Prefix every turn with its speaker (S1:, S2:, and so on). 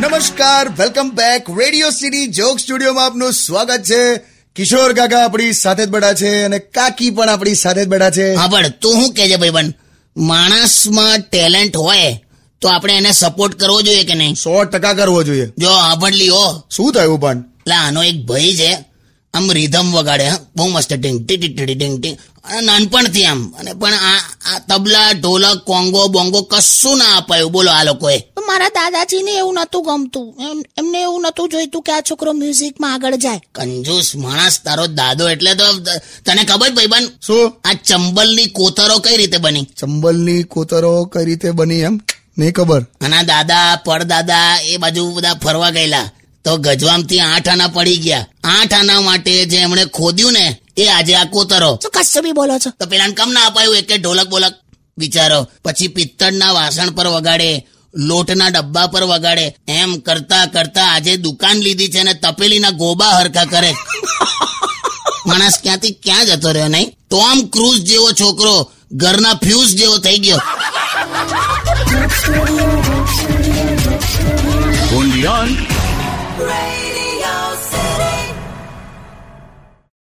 S1: નમસ્કાર welcome back Radio City joke સ્ટુડિયોમાં આપનું સ્વાગત છે કિશોર કાકા આપણી સાથે જ બેઠા છે અને કાકી પણ આપણી સાથે જ બેઠા છે
S2: હા પણ તું શું કહેજે ભાઈબંધ માણસમાં ટેલેન્ટ હોય તો આપણે એને સપોર્ટ કરવો જોઈએ કે નહીં
S1: સો ટકા કરવો જોઈએ
S2: જો હાંભળ લ્યો
S1: શું થયું પણ
S2: એટલે આનો એક ભાઈ છે આમ રિધમ વગાડે હા, બહુ મસ્ત ટીંગ ટી ટી ટી ટી ટીંગ ટીંગ અને નાનપણથી આમ અને પણ આ આ તબલા ઢોલક કોંગો બોંગો કશું ના અપાયું બોલો આ લોકોએ
S3: પણ મારા દાદાજીને એવું નહોતું ગમતું એમ- એમને એવું નહોતું જોઈતું કે આ છોકરો મ્યુઝિકમાં આગળ જાય
S2: કંજૂસ માણસ તારો દાદો એટલે તો ત- તને ખબર ભાઈબંધ
S1: શું
S2: આ ચંબલની કોતરો કઈ રીતે બની
S1: ચંબલની કોતરો કઈ રીતે બની એમ નહીં ખબર
S2: આના દાદા પરદાદા એ બાજુ બધા ફરવા ગયેલા તો ગજવામથી આઠ આના પડી ગયા આઠ આના માટે જે એમણે ખોદ્યું ને એ આજે આ કોતરો
S3: શું કશું બી બોલો છો
S2: તો પેલાને કમ ના અપાયું એકે ઢોલક બોલક બિચારો પછી પિત્તળના વાસણ પર વગાડે લોટના ડબ્બા પર વગાડે એમ કરતા કરતા આજે દુકાન લીધી છે ને તપેલીના ગોબા હરખા કરે માણસ ક્યાંથી ક્યાં જતો રહ્યો નહીં ટોમ ક્રુઝ જેવો છોકરો ઘરના ફ્યુઝ જેવો થઈ ગયો